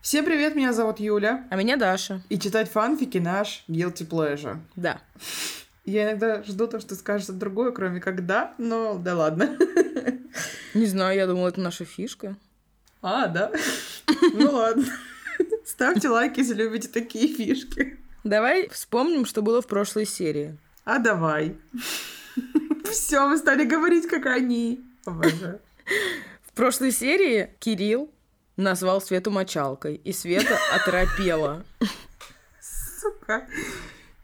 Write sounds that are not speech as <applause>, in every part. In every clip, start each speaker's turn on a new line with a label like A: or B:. A: Всем привет, меня зовут Юля.
B: А меня Даша.
A: И читать фанфики наш guilty pleasure.
B: Да.
A: Я иногда жду то, что скажется другое, кроме как «да», но да ладно. <laughs>
B: Не знаю, я думала, это наша фишка.
A: А, да? <laughs> Ну ладно. <laughs> Ставьте лайки, если любите такие фишки.
B: Давай вспомним, что было в прошлой серии.
A: А давай. <laughs> Все, мы стали говорить, как они. Обожаю.
B: В прошлой серии Кирилл назвал Свету мочалкой, и <laughs> Света оторопела.
A: Сука.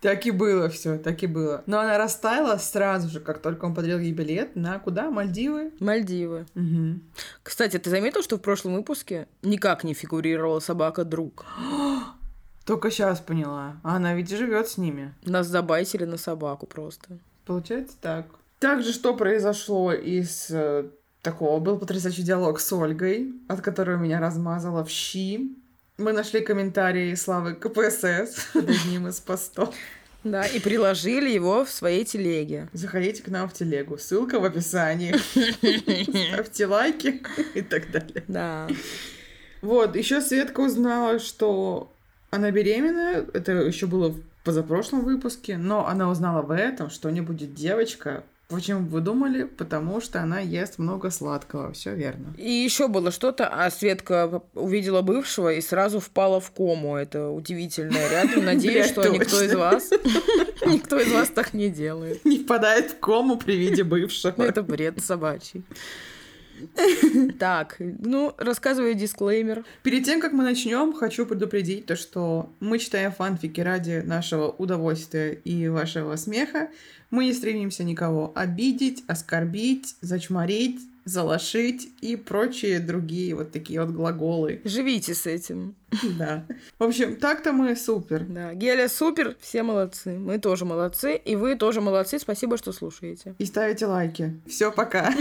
A: Так и было все, так и было. Но она растаяла сразу же, как только он подарил ей билет на куда? Мальдивы?
B: Мальдивы.
A: Угу.
B: Кстати, ты заметил, что в прошлом выпуске никак не фигурировала собака-друг?
A: Только сейчас поняла. А она ведь живет с ними.
B: Нас забайтили на собаку просто.
A: Получается так. Также что произошло из э, такого? Был потрясающий диалог с Ольгой, от которого меня размазало в щи. Мы нашли комментарии Славы КПСС <laughs> под одним из постов.
B: Да, <laughs> и приложили его в своей <laughs> телеге.
A: Заходите к нам в телегу. Ссылка в описании. Ставьте лайки и так далее.
B: Да.
A: Вот, еще Светка узнала, что она беременна. Это еще было в позапрошлом выпуске, но она узнала в этом, что у нее будет девочка. Почему вы думали? Потому что она ест много сладкого. Все верно. <laughs>
B: И еще было что-то, а Светка увидела бывшего и сразу впала в кому. Это удивительное рядом.
A: Блядь,
B: Надеюсь, что никто из
A: точно.
B: вас никто из вас так не делает. Ну,
A: Не впадает в кому при виде бывшего.
B: Это бред собачий. Так, ну, рассказываю дисклеймер.
A: Перед тем, как мы начнем, хочу предупредить то, что мы читаем фанфики ради нашего удовольствия и вашего смеха. Мы не стремимся никого обидеть, оскорбить, зачморить, залошить и прочие другие вот такие вот
B: <laughs>
A: глаголы.
B: Живите с этим.
A: Да. В общем, так-то мы супер.
B: Да, Геля супер, все молодцы. Мы тоже молодцы, и вы тоже молодцы. Спасибо, что слушаете.
A: И ставите лайки. Все, пока.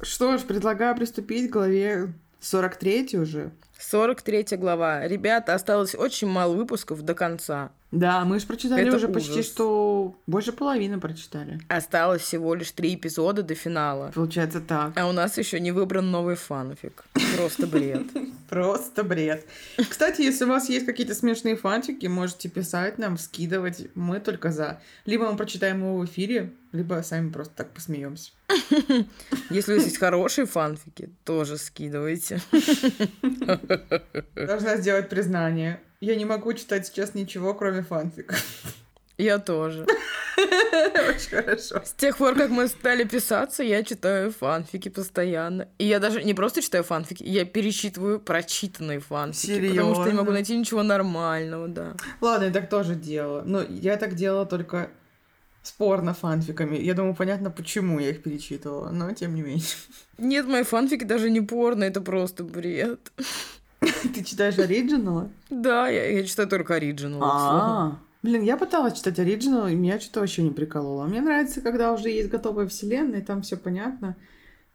A: Что ж, предлагаю приступить к главе 43 уже.
B: 43 глава. Ребята, осталось очень мало выпусков до конца.
A: Да, мы же прочитали
B: Это
A: уже почти
B: ужас.
A: что... Больше половины прочитали.
B: Осталось всего лишь три эпизода до финала.
A: Получается так.
B: А у нас еще не выбран новый фанфик. Просто бред.
A: <laughs> Просто бред. Кстати, если у вас есть какие-то смешные фантики, можете писать нам, скидывать. Мы только за. Либо мы прочитаем его в эфире, либо сами просто так посмеемся.
B: Если у вас есть хорошие фанфики, тоже скидывайте.
A: Должна сделать признание. Я не могу читать сейчас ничего, кроме фанфиков. <laughs>
B: Я тоже.
A: Очень хорошо.
B: С тех пор, как мы стали писаться, я читаю фанфики постоянно. И я даже не просто читаю фанфики, я пересчитываю прочитанные фанфики. Потому что не могу
A: Серьёзно?
B: найти ничего нормального, да.
A: Ладно, я так тоже делала. Но я так делала только спорно фанфиками. Я думаю, понятно, почему я их перечитывала, но тем не менее. <laughs>
B: Нет, мои фанфики даже не порно, это просто бред.
A: Ты читаешь оригиналы?
B: Да, я, я читаю только оригинал.
A: А. Блин, я пыталась читать оригинал, и меня что-то вообще не прикололо. Мне нравится, когда уже есть готовая вселенная, и там все понятно.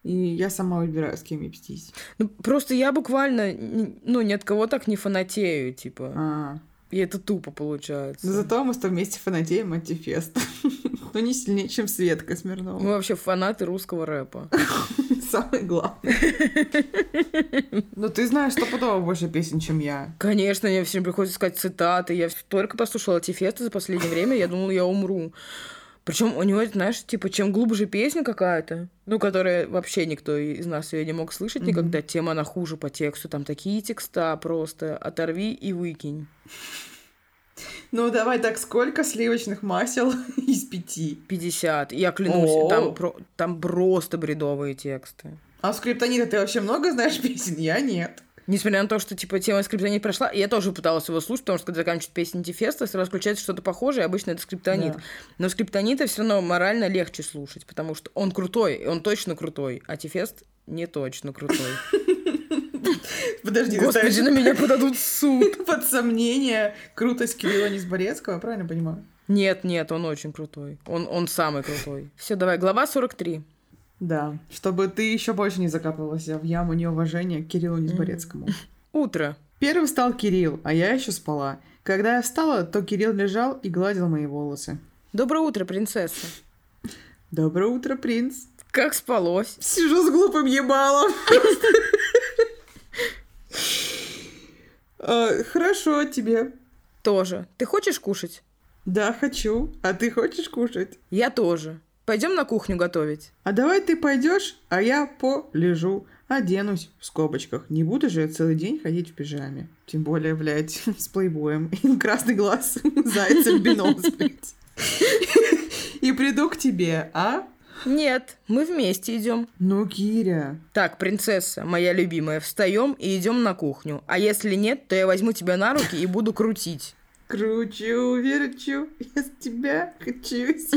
A: И я сама выбираю, с кем я пстись.
B: Ну, просто я буквально, н- ну, ни от кого так не фанатею, типа.
A: А.
B: И это тупо получается.
A: Но Ну, зато мы с тобой вместе фанатеем <laughs> антифест. Но не сильнее, чем Светка
B: Мы
A: Смирнова.
B: вообще фанаты русского рэпа.
A: <laughs>
B: <laughs>
A: Самое главное. Но ты знаешь стопудово больше песен, чем я.
B: Конечно, мне всем приходится искать цитаты. Я столько послушала Тифеста за последнее время, я думала, я умру. Причем у него, это, знаешь, типа, чем глубже песня какая-то, ну, которая вообще никто из нас ее не мог слышать
A: Мгм.
B: никогда, тем она хуже по тексту. Там такие текста просто оторви и выкинь.
A: Ну, давай так, сколько сливочных масел <laughs> из пяти?
B: 50. Я клянусь,
A: О.
B: там, про- там просто бредовые тексты.
A: А у Скриптонита ты вообще много знаешь песен? Я нет.
B: Несмотря на то, что, типа, тема скриптонит прошла, я тоже пыталась его слушать, потому что, когда заканчивают песни Тифеста, сразу включается что-то похожее, и обычно это скриптонит.
A: Да.
B: Но скриптонита все равно морально легче слушать, потому что он крутой, и он точно крутой, а Тифест не точно крутой.
A: Подожди, ты
B: Господи, на
A: ставишь
B: меня подадут в суд.
A: под сомнение крутость Кирилла Низборецкого, я правильно понимаю?
B: Нет, нет, он очень крутой. Он, он самый крутой. Все, давай, глава 43.
A: Да. Чтобы ты еще больше не закапывалась в яму неуважения к Кириллу Низборецкому.
B: Утро.
A: Первым встал Кирилл, а я еще спала. Когда я встала, то Кирилл лежал и гладил мои волосы.
B: Доброе утро, принцесса.
A: Доброе утро, принц.
B: Как спалось?
A: <laughs> Сижу с глупым ебалом. А, Хорошо, тебе.
B: Тоже. Ты хочешь кушать?
A: Да, хочу. А ты хочешь кушать?
B: Я тоже. Пойдем на кухню готовить.
A: А давай ты пойдешь, а я полежу. Оденусь в скобочках. Не буду же я целый день ходить в пижаме. Тем более, блядь, <laughs> с плейбоем. И <laughs> красный глаз зайцем бином, блядь. <laughs> И приду к тебе, а?
B: Нет, мы вместе идем.
A: Ну, Киря.
B: Так, принцесса, моя любимая, встаем и идем на кухню. А если нет, то я возьму тебя на руки и буду крутить.
A: Кручу, верчу, я с тебя хочу съесть.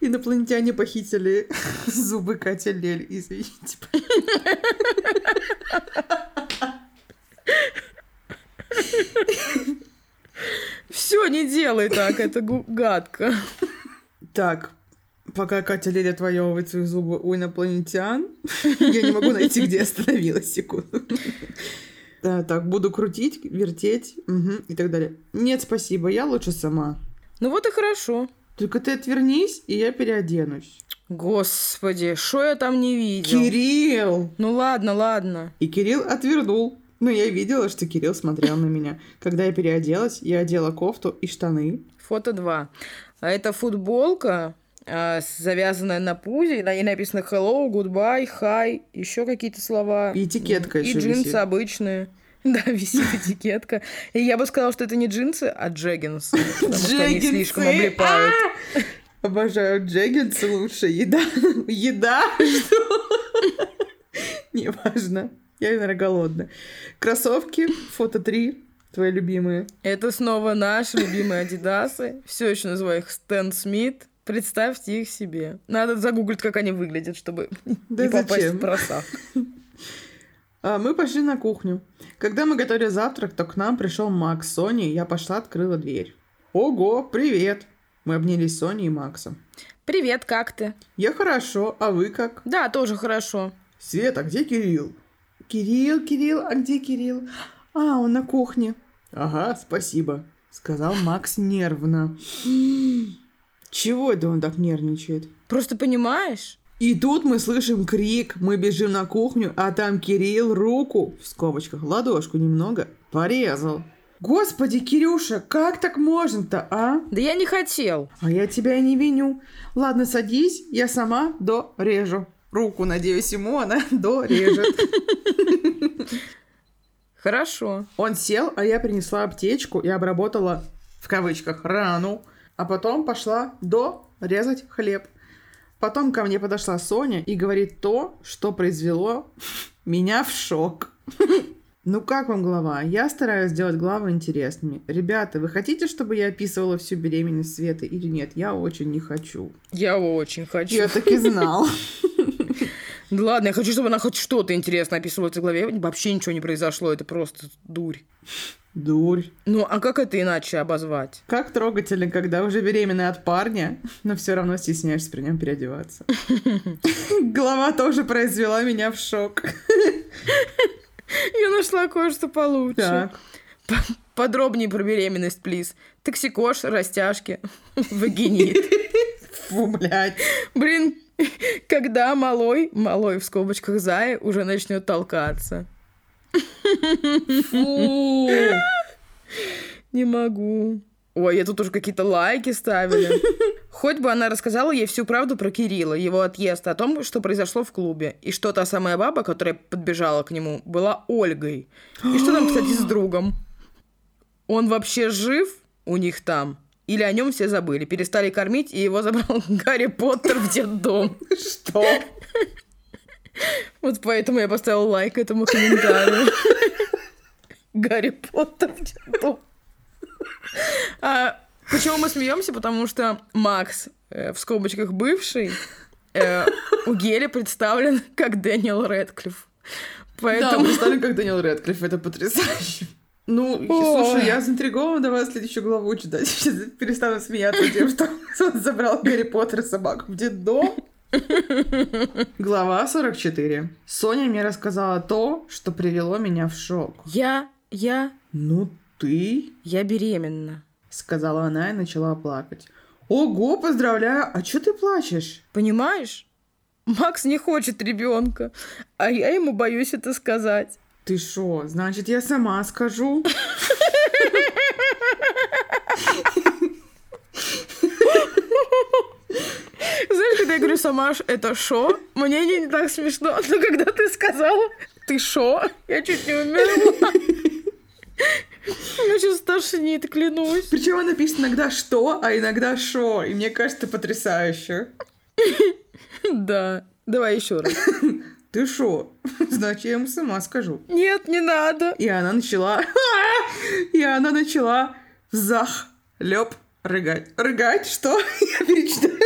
A: Инопланетяне похитили <laughs> зубы Катя Лель, извините.
B: Все, не делай так, это гу- гадко.
A: Так, пока Катя Лель отвоевывает свои зубы у инопланетян, <laughs> я не могу найти, где остановилась, секунду. Да, так, буду крутить, вертеть мгм, и так далее. Нет, спасибо, я лучше сама.
B: Ну вот и хорошо.
A: Только ты отвернись, и я переоденусь.
B: Господи, что я там не видел?
A: Кирилл!
B: Ну ладно, ладно.
A: И Кирилл отвернул. Но я видела, что Кирилл смотрел на меня. Когда я переоделась, я одела кофту и штаны.
B: Фото 2. А это футболка, а, с- завязанная на пузе, и на ней написано hello, goodbye, hi, еще какие-то слова.
A: И этикетка
B: И
A: еще
B: джинсы
A: висит.
B: обычные. <laughs> Да, висит этикетка. И я бы сказала, что это не джинсы, а джеггинсы. Потому что они
A: Джеггинсы!
B: слишком облипают.
A: А! Обожаю джеггинсы лучше. Еда. <laughs> Еда? Что? Неважно. Я, наверное, голодна. Кроссовки. Фото 3. Твои любимые.
B: Это снова наши любимые Адидасы. Все еще называю их Стэн Смит. Представьте их себе. Надо загуглить, как они выглядят, чтобы
A: Да
B: не попасть
A: зачем?
B: в просак.
A: А, мы пошли на кухню. Когда мы готовили завтрак, то к нам пришел Макс с Соней. Я пошла, открыла дверь. Ого, привет! Мы обнялись с Соней и Максом.
B: Привет, как ты?
A: Я хорошо, а вы как?
B: Да, тоже хорошо.
A: Света, где Кирилл? Кирилл, Кирилл, а где Кирилл? А, он на кухне. Ага, спасибо, сказал Макс нервно. Чего это он так нервничает?
B: Просто понимаешь?
A: И тут мы слышим крик, мы бежим на кухню, а там Кирилл руку, в скобочках, ладошку немного, порезал. Господи, Кирюша, как так можно-то, а?
B: Да я не хотел.
A: А я тебя и не виню. Ладно, садись, я сама дорежу. Руку, надеюсь, ему она <laughs> дорежет.
B: Хорошо.
A: Он сел, а я принесла аптечку и обработала, в кавычках, рану. А потом пошла до резать хлеб. Потом ко мне подошла Соня и говорит то, что произвело меня в шок. <laughs> Ну как вам глава? Я стараюсь делать главы интересными. Ребята, вы хотите, чтобы я описывала всю беременность Светы или нет? Я очень не хочу.
B: Я очень хочу.
A: Я так и знал.
B: Да ладно, я хочу, чтобы она хоть что-то интересное описывала в этой главе. Вообще ничего не произошло, это просто дурь.
A: Дурь.
B: Ну, а как это иначе обозвать?
A: Как трогательно, когда уже беременна от парня, но все равно стесняешься при нем <laughs> переодеваться. Голова тоже произвела меня в шок.
B: Я нашла кое-что получше.
A: Так.
B: Подробнее про беременность, плиз. Токсикош, растяжки, <laughs> вагинит.
A: Фу, блядь.
B: Блин, <laughs> когда малой, малой в скобочках зая, уже начнет толкаться.
A: Фу.
B: <laughs> Не могу. Ой, я тут уже какие-то лайки ставили. Хоть бы она рассказала ей всю правду про Кирилла, его отъезд, о том, что произошло в клубе. И что та самая баба, которая подбежала к нему, была Ольгой. И что там, кстати, с другом? Он вообще жив у них там? Или о нем все забыли, перестали кормить, и его забрал <laughs> Гарри Поттер в детдом.
A: Что?
B: Вот поэтому я поставила лайк этому комментарию. <laughs> Гарри Поттер в детдом. А Почему мы смеемся? Потому что Макс, э, в скобочках бывший, э, у Гели представлен как Дэниел Рэдклифф.
A: Да,
B: Поэтому...
A: представлю, как Данил Рэдклифф, это потрясающе. <laughs> Ну, и-
B: О.
A: слушай, я заинтригована, давай следующую главу читать. <laughs> Сейчас перестану смеяться тем, что он забрал Гарри Поттера собаку в <laughs> детдом. Глава 44. Соня мне рассказала то, что привело меня в шок.
B: Я, я,
A: «Ну ты?»
B: я беременна.
A: — сказала она и начала плакать. «Ого, поздравляю! А чё ты плачешь?»
B: Понимаешь? Макс не хочет ребенка, а я ему боюсь это сказать.
A: Ты шо? Значит, я сама скажу.
B: Знаешь, когда я говорю сама, ш- это шо, мне не не так смешно, но когда ты сказала, ты шо, я чуть не умерла. Меня сейчас тошнит, клянусь.
A: Причем она пишет иногда что, а иногда шо. И мне кажется, потрясающе.
B: Да. Давай еще раз.
A: Ты шо? <laughs> Значит, я ему сама скажу.
B: Нет, не надо.
A: И она начала... <laughs> И она начала взах леп рыгать. Рыгать? Что? <laughs> Я перечитаю.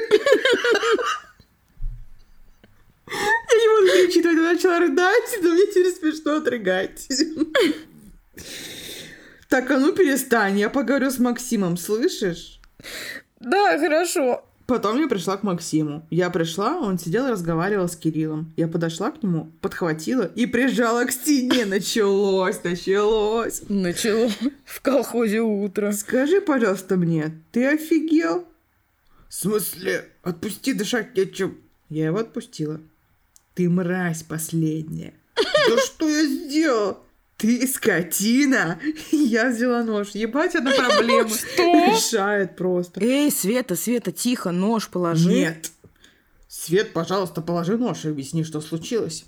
A: Я не буду перечитывать. Она начала рыдать, но мне теперь смешно отрыгать. Так, а ну перестань, я поговорю с Максимом, слышишь?
B: Да, хорошо.
A: Потом я пришла к Максиму. Я пришла, он сидел и разговаривал с Кириллом. Я подошла к нему, подхватила и прижала к стене. Началось, началось.
B: Начало в колхозе утро.
A: Скажи, пожалуйста, мне, ты офигел? В смысле? Отпусти дышать нечем. Я его отпустила. Ты мразь последняя. Да что я сделал? Ты скотина! <laughs> Я взяла нож. Ебать, одна проблема.
B: Что?
A: Решает просто.
B: Эй, Света, Света, тихо, нож положи.
A: Нет. Свет, пожалуйста, положи нож и объясни, что случилось.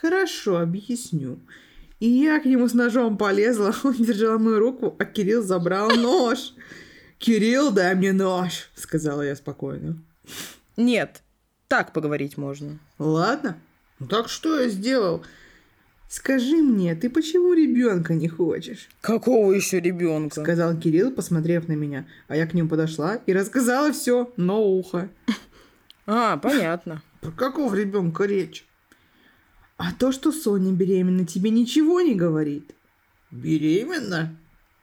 A: Хорошо, объясню. И я к нему с ножом полезла, <laughs> он держал мою руку, а Кирилл забрал нож. «Кирилл, дай мне нож!» — сказала я спокойно.
B: Нет. Так поговорить можно.
A: «Ладно. Ну так что я сделал?» «Скажи мне, ты почему ребенка не хочешь?»
B: Какого еще ребенка?
A: Сказал Кирилл, посмотрев на меня. А я к ним подошла и рассказала все, но ухо.
B: А, понятно. <laughs>
A: Про какого ребенка речь? А то, что Соня беременна, тебе ничего не говорит? Беременна?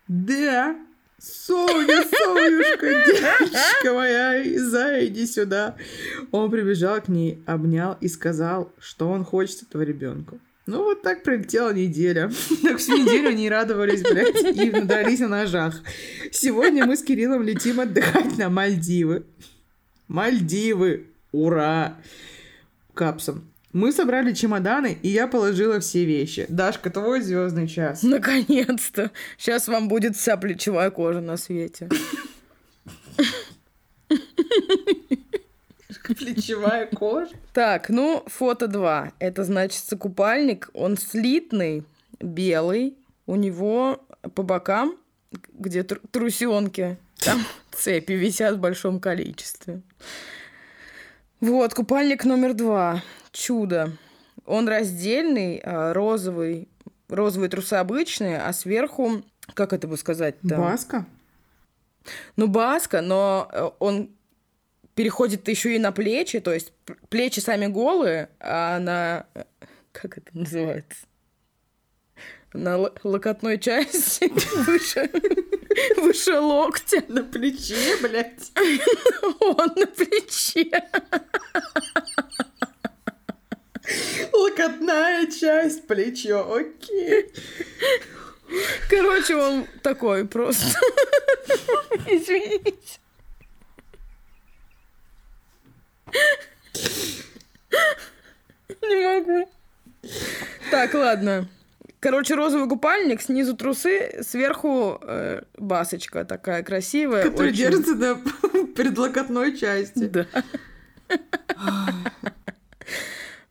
A: Да. Соня, Сонюшка, <laughs> девочка моя, и зайди сюда. Он прибежал к ней, обнял и сказал, что он хочет этого ребенка. Ну, вот так пролетела неделя. <laughs> Так всю неделю они радовались, блядь, и надрались на ножах. Сегодня мы с Кириллом летим отдыхать на Мальдивы. Мальдивы! Ура! Капсом. Мы собрали чемоданы, и я положила все вещи. Дашка, твой звездный час.
B: Наконец-то. Сейчас вам будет вся плечевая кожа на свете.
A: Плечевая кожа.
B: Так, ну, фото 2. Это, значит, купальник. Он слитный, белый. У него по бокам, где тру- трусенки, там цепи висят в большом количестве. Вот, купальник номер два. Чудо. Он раздельный, а, розовый. Розовые трусы обычные, а сверху, как это бы сказать-то?
A: Баска?
B: Ну, баска, но э, он переходит еще и на плечи, то есть п- плечи сами голые, а на... э, Как это называется? На ло- локотной части <laughs> выше, выше локтя
A: На плече, блядь.
B: он на плече.
A: Локотная часть, плечо, окей.
B: Короче, он такой просто. <laughs> Извините. Не могу. Так, ладно. Короче, розовый купальник, снизу трусы, сверху э, басочка такая красивая.
A: Который
B: очень.
A: держится на <laughs> предлокотной части.
B: Да. <laughs>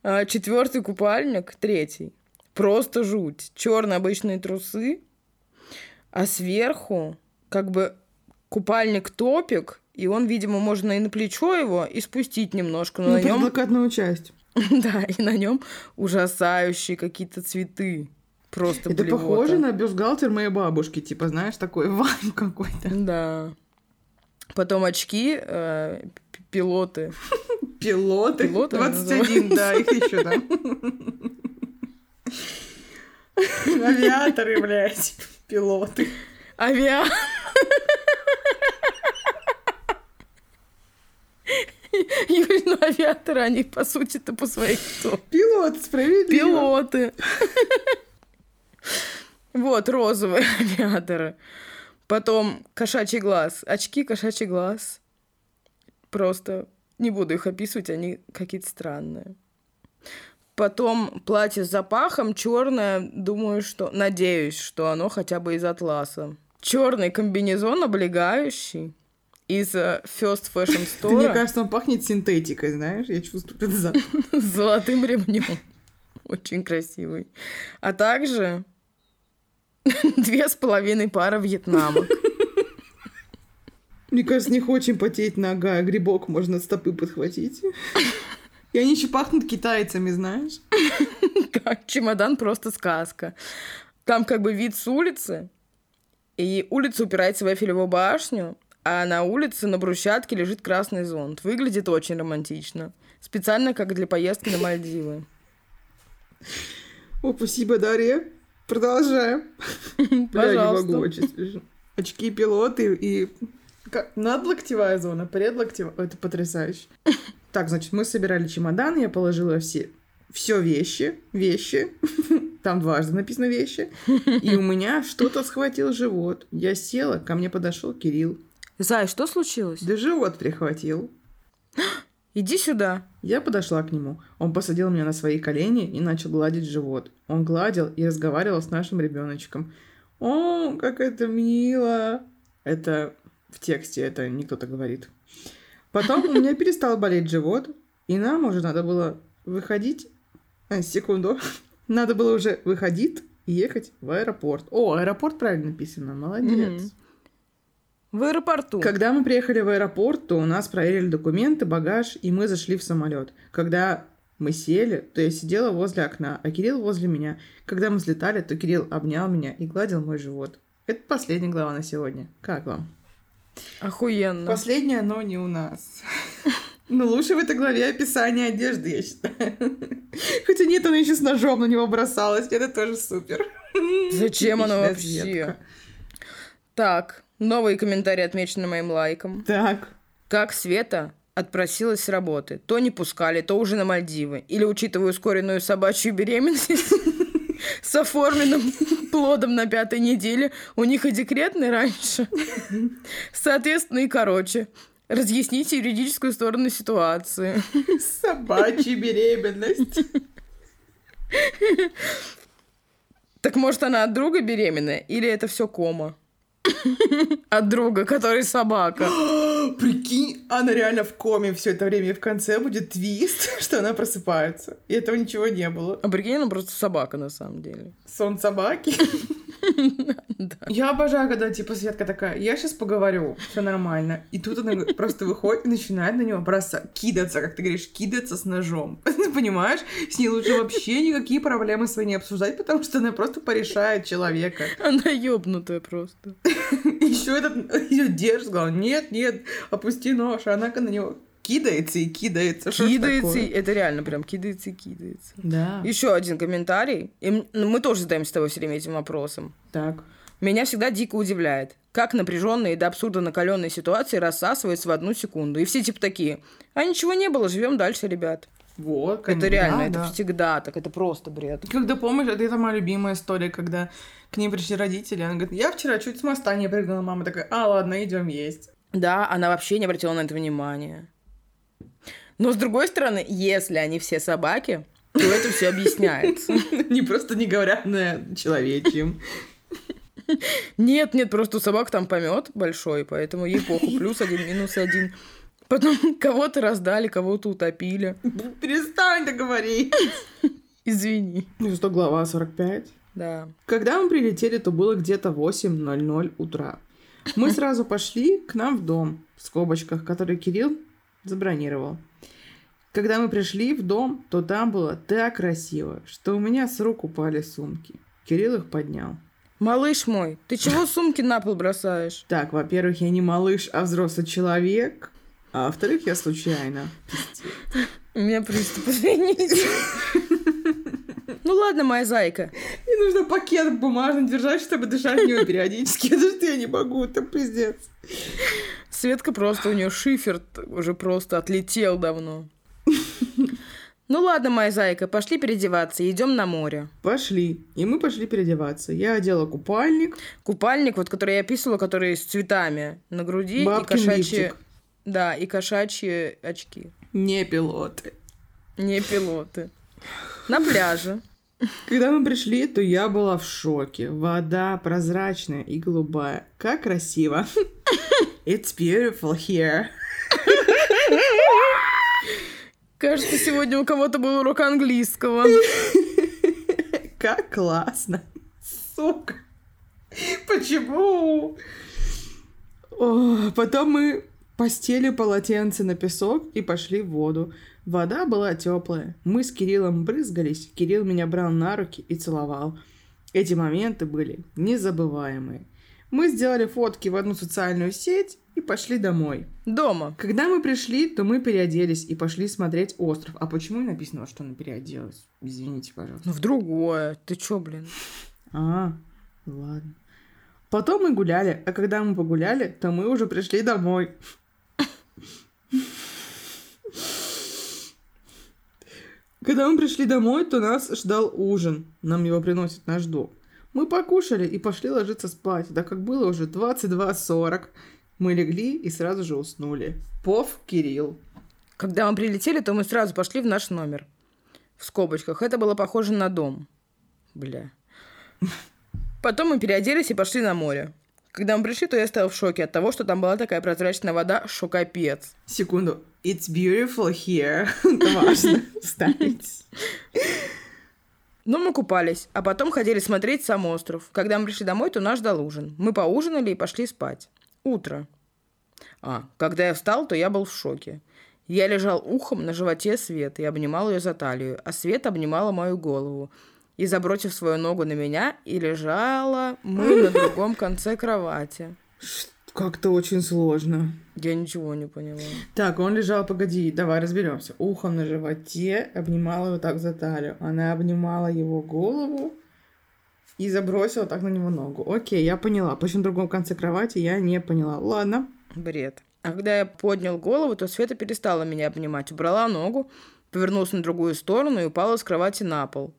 B: А, Четвертый купальник, третий. Просто жуть. Черные обычные трусы, а сверху как бы купальник топик, и он, видимо, можно и на плечо его, и спустить немножко, но
A: На
B: на нем,
A: предлокотную часть.
B: <laughs> да, и на нем ужасающие какие-то цветы. Просто
A: Это
B: блевота.
A: похоже на бюстгальтер моей бабушки. Типа, знаешь, такой <laughs> вайм какой-то.
B: Да. Потом очки, э, п- пилоты.
A: Пилоты.
B: Пилоты они
A: 21, да, их еще там. Авиаторы, блядь. Пилоты.
B: Авиа. Юль, ну авиаторы, они по сути-то по своей кто?
A: Пилот, справедливо.
B: Пилоты. <laughs> Вот, розовые <laughs> авиаторы. Потом кошачий глаз. Очки кошачий глаз. Просто не буду их описывать, они какие-то странные. Потом платье с запахом черное, думаю, что... Надеюсь, что оно хотя бы из атласа. Черный комбинезон облегающий из э, First Fashion
A: Мне
B: Store
A: кажется, он пахнет синтетикой, знаешь? Я чувствую этот запах.
B: <laughs> с золотым ремнем. Очень красивый. А также <laughs> две с половиной пары Вьетнама.
A: Мне кажется, не хочем потеть нога, а грибок можно от стопы подхватить. И они еще пахнут китайцами, знаешь?
B: Как чемодан просто сказка. Там как бы вид с улицы, и улица упирается в Эйфелеву башню, а на улице на брусчатке лежит красный зонт. Выглядит очень романтично. Специально как для поездки на Мальдивы.
A: О, спасибо, Дарья. Продолжаем. Бля, не могу,
B: Пожалуйста.
A: очень смешно. Очки пилоты и... как- Надлоктевая зона, предлоктевая. Это потрясающе. Так, значит, мы собирали чемодан, я положила все, все вещи, вещи, там дважды написано вещи, и у меня что-то схватил живот. Я села, ко мне подошел Кирилл,
B: Зай, что случилось?
A: да живот прихватил.
B: Иди сюда.
A: Я подошла к нему. Он посадил меня на свои колени и начал гладить живот. Он гладил и разговаривал с нашим ребеночком. О, как это мило! Это в тексте, это не кто-то говорит. Потом у меня перестал болеть живот, и нам уже надо было выходить... А, секунду. <laughs> Надо было уже выходить и ехать в аэропорт. О, аэропорт правильно написано, молодец.
B: Мгм. В аэропорту.
A: Когда мы приехали в аэропорт, то у нас проверили документы, багаж, и мы зашли в самолет. Когда мы сели, то я сидела возле окна, а Кирилл возле меня. Когда мы взлетали, то Кирилл обнял меня и гладил мой живот. Это последняя глава на сегодня. Как вам?
B: Охуенно.
A: Последняя, но не у нас. <laughs> Ну, лучше в этой главе описание одежды, я считаю. <laughs> Хотя нет, она еще с ножом на него бросалась. Это тоже супер.
B: Зачем
A: <laughs>
B: оно
A: Отличная
B: вообще?
A: ответка.
B: Так, новые комментарии отмечены моим лайком.
A: Так.
B: Как Света отпросилась с работы? То не пускали, то уже на Мальдивы. Или, учитывая ускоренную собачью беременность <laughs> с оформленным плодом на пятой неделе, у них и декретный раньше. Соответственно, и короче. Разъясните юридическую сторону ситуации.
A: <laughs> Собачья беременность.
B: Так может, она от друга беременная? Или это все кома? От друга, который собака.
A: <gasps> Прикинь, она реально в коме все это время, и в конце будет твист, <laughs> что она просыпается. И этого ничего не было.
B: А прикинь, она просто собака на самом деле.
A: Сон собаки. Я обожаю, когда типа Светка такая, я сейчас поговорю, все нормально. И тут она просто выходит и начинает на него бросаться, кидаться, как ты говоришь, кидаться с ножом. <laughs> Ты понимаешь? С ней лучше вообще никакие проблемы свои не обсуждать, потому что она просто порешает человека.
B: Она ёбнутая просто.
A: Еще этот ее держит, сказал, нет, нет, опусти нож. А она на него кидается и кидается. Что ж А.
B: Кидается,
A: такое?
B: и- это реально прям кидается и кидается.
A: Да.
B: Еще один комментарий. И м- ну, мы тоже задаемся с тобой все время этим вопросом.
A: Так.
B: Меня всегда дико удивляет, как напряженные до абсурда накаленные ситуации рассасываются в одну секунду. И все типа такие, а ничего не было, живем дальше, ребят.
A: Вот,
B: Это реально, это
A: да.
B: всегда так, это просто бред.
A: Когда помнишь, это, это моя любимая история, когда к ней пришли родители, она говорит, я вчера чуть с моста не прыгнула, мама такая, а, ладно, идем есть. <laughs>
B: Да, она вообще не обратила на это внимания. Но с другой стороны, если они все собаки, то это все объясняется.
A: не просто не говоря на человечьем.
B: Нет, нет, просто у собак там помет большой, поэтому ей поху. Плюс один, минус один. Потом <laughs> кого-то раздали, кого-то утопили.
A: <laughs> Перестань так говорить.
B: Извини.
A: Ну что, глава 45?
B: Да.
A: Когда мы прилетели, то было где-то 8.00 утра. <laughs> Мы сразу пошли к нам в дом, в скобочках, который Кирилл забронировал. Когда мы пришли в дом, то там было так красиво, что у меня с рук упали сумки. Кирилл их поднял.
B: Малыш мой, ты чего сумки на пол бросаешь?
A: Так, во-первых, я не малыш, а взрослый человек. А во-вторых, я случайно.
B: У меня приступ, извините. Ну ладно, моя зайка.
A: Мне нужно пакет бумажный держать, чтобы дышать в него периодически. Это что я не могу, это пиздец.
B: Светка просто, у нее шифер т- уже просто отлетел давно. Ну ладно, моя зайка, пошли переодеваться, идем на море.
A: Пошли. И мы пошли переодеваться. Я одела купальник,
B: Купальник, вот который я описывала, который с цветами на груди
A: бабкин
B: и кошачьи...
A: лифчик.
B: Да, и кошачьи очки.
A: Не пилоты.
B: Не пилоты. на пляже.
A: Когда мы пришли, то я была в шоке. Вода прозрачная и голубая. Как красиво. <laughs> It's beautiful here.
B: Кажется, сегодня у кого-то был урок английского.
A: Как классно. Сука. Почему? О, потом мы постели полотенце на песок и пошли в воду. Вода была теплая. Мы с Кириллом брызгались. Кирилл меня брал на руки и целовал. Эти моменты были незабываемые. Мы сделали фотки в одну социальную сеть и пошли домой.
B: Дома.
A: Когда мы пришли, то мы переоделись и пошли смотреть остров. А почему не написано, что она переоделась? Извините, пожалуйста.
B: Ну, в другое. Ты чё, блин?
A: А, ладно. Потом мы гуляли, а когда мы погуляли, то мы уже пришли домой. Когда мы пришли домой, то нас ждал ужин. Нам его приносит наш друг. Мы покушали и пошли ложиться спать, да как было уже 22.40. Мы легли и сразу же уснули. Пов Кирилл.
B: Когда мы прилетели, то мы сразу пошли в наш номер. В скобочках. Это было похоже на дом. Бля. Потом мы переоделись и пошли на море. Когда мы пришли, то я стоял в шоке от того, что там была такая прозрачная вода, что капец.
A: Секунду. It's beautiful here. <laughs> Это важно ставить.
B: Но мы купались, а потом ходили смотреть сам остров. Когда мы пришли домой, то нас ждал ужин. Мы поужинали и пошли спать. Утро. А, когда я встал, то я был в шоке. Я лежал ухом на животе Свет и обнимал ее за талию, а Свет обнимала мою голову. И, забросив свою ногу на меня, и лежала мы на другом конце кровати.
A: Ш- Как-то очень сложно.
B: Я ничего не поняла.
A: Так, он лежал, погоди, давай разберемся. Ухом на животе, обнимала его так за талию. Она обнимала его голову и забросила так на него ногу. Окей, я поняла. Почему в другом конце кровати я не поняла. Ладно.
B: Бред. А когда я поднял голову, то Света перестала меня обнимать. Убрала ногу, повернулась на другую сторону и упала с кровати на пол.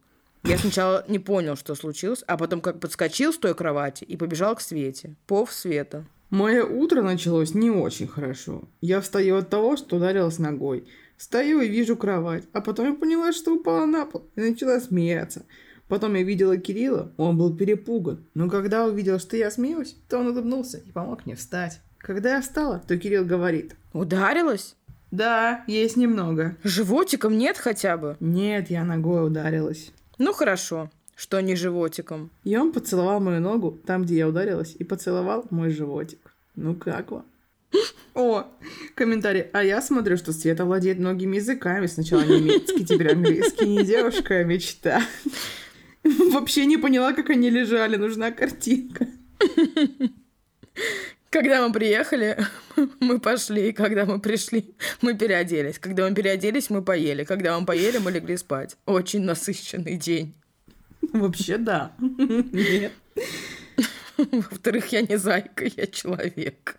B: Я сначала не понял, что случилось, а потом как подскочил с той кровати и побежал к Свете. Пов Света.
A: Мое утро началось не очень хорошо. Я встаю от того, что ударилась ногой. Стою и вижу кровать, а потом я поняла, что упала на пол и начала смеяться. Потом я видела Кирилла, он был перепуган, но когда увидел, что я смеюсь, то он улыбнулся и помог мне встать. Когда я встала, то Кирилл говорит,
B: Ударилась?
A: «Да, есть немного».
B: Животиком нет хотя бы?
A: «Нет, я ногой ударилась».
B: Ну хорошо, что не животиком.
A: И он поцеловал мою ногу там, где я ударилась, и поцеловал мой животик. Ну как вам? О, комментарий. А я смотрю, что Света владеет многими языками. Сначала немецкий, теперь английский. Не девушка, а мечта. Вообще не поняла, как они лежали. Нужна картинка.
B: Когда мы приехали, <laughs> мы пошли. Когда мы пришли, мы переоделись. Когда мы переоделись, мы поели. Когда мы поели, мы легли спать. Очень насыщенный день.
A: Вообще да. Нет.
B: <laughs> Во-вторых, я не зайка, я человек.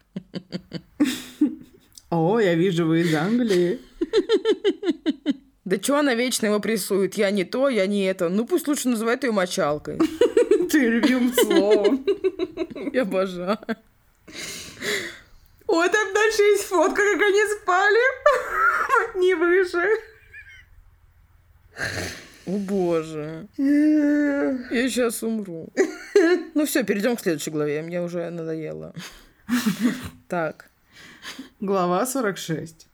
A: О, я вижу, вы из Англии.
B: Да чё она вечно его прессует? Я не то, я не это. Ну пусть лучше называет ее мочалкой. <laughs>
A: Ты любим словом.
B: Я обожаю.
A: Ой, там дальше есть фотка, как они спали. Не выше.
B: О боже. Я сейчас умру. <laughs> Ну все, перейдем к следующей главе. Мне уже <laughs> надоело. Так.
A: Глава 46.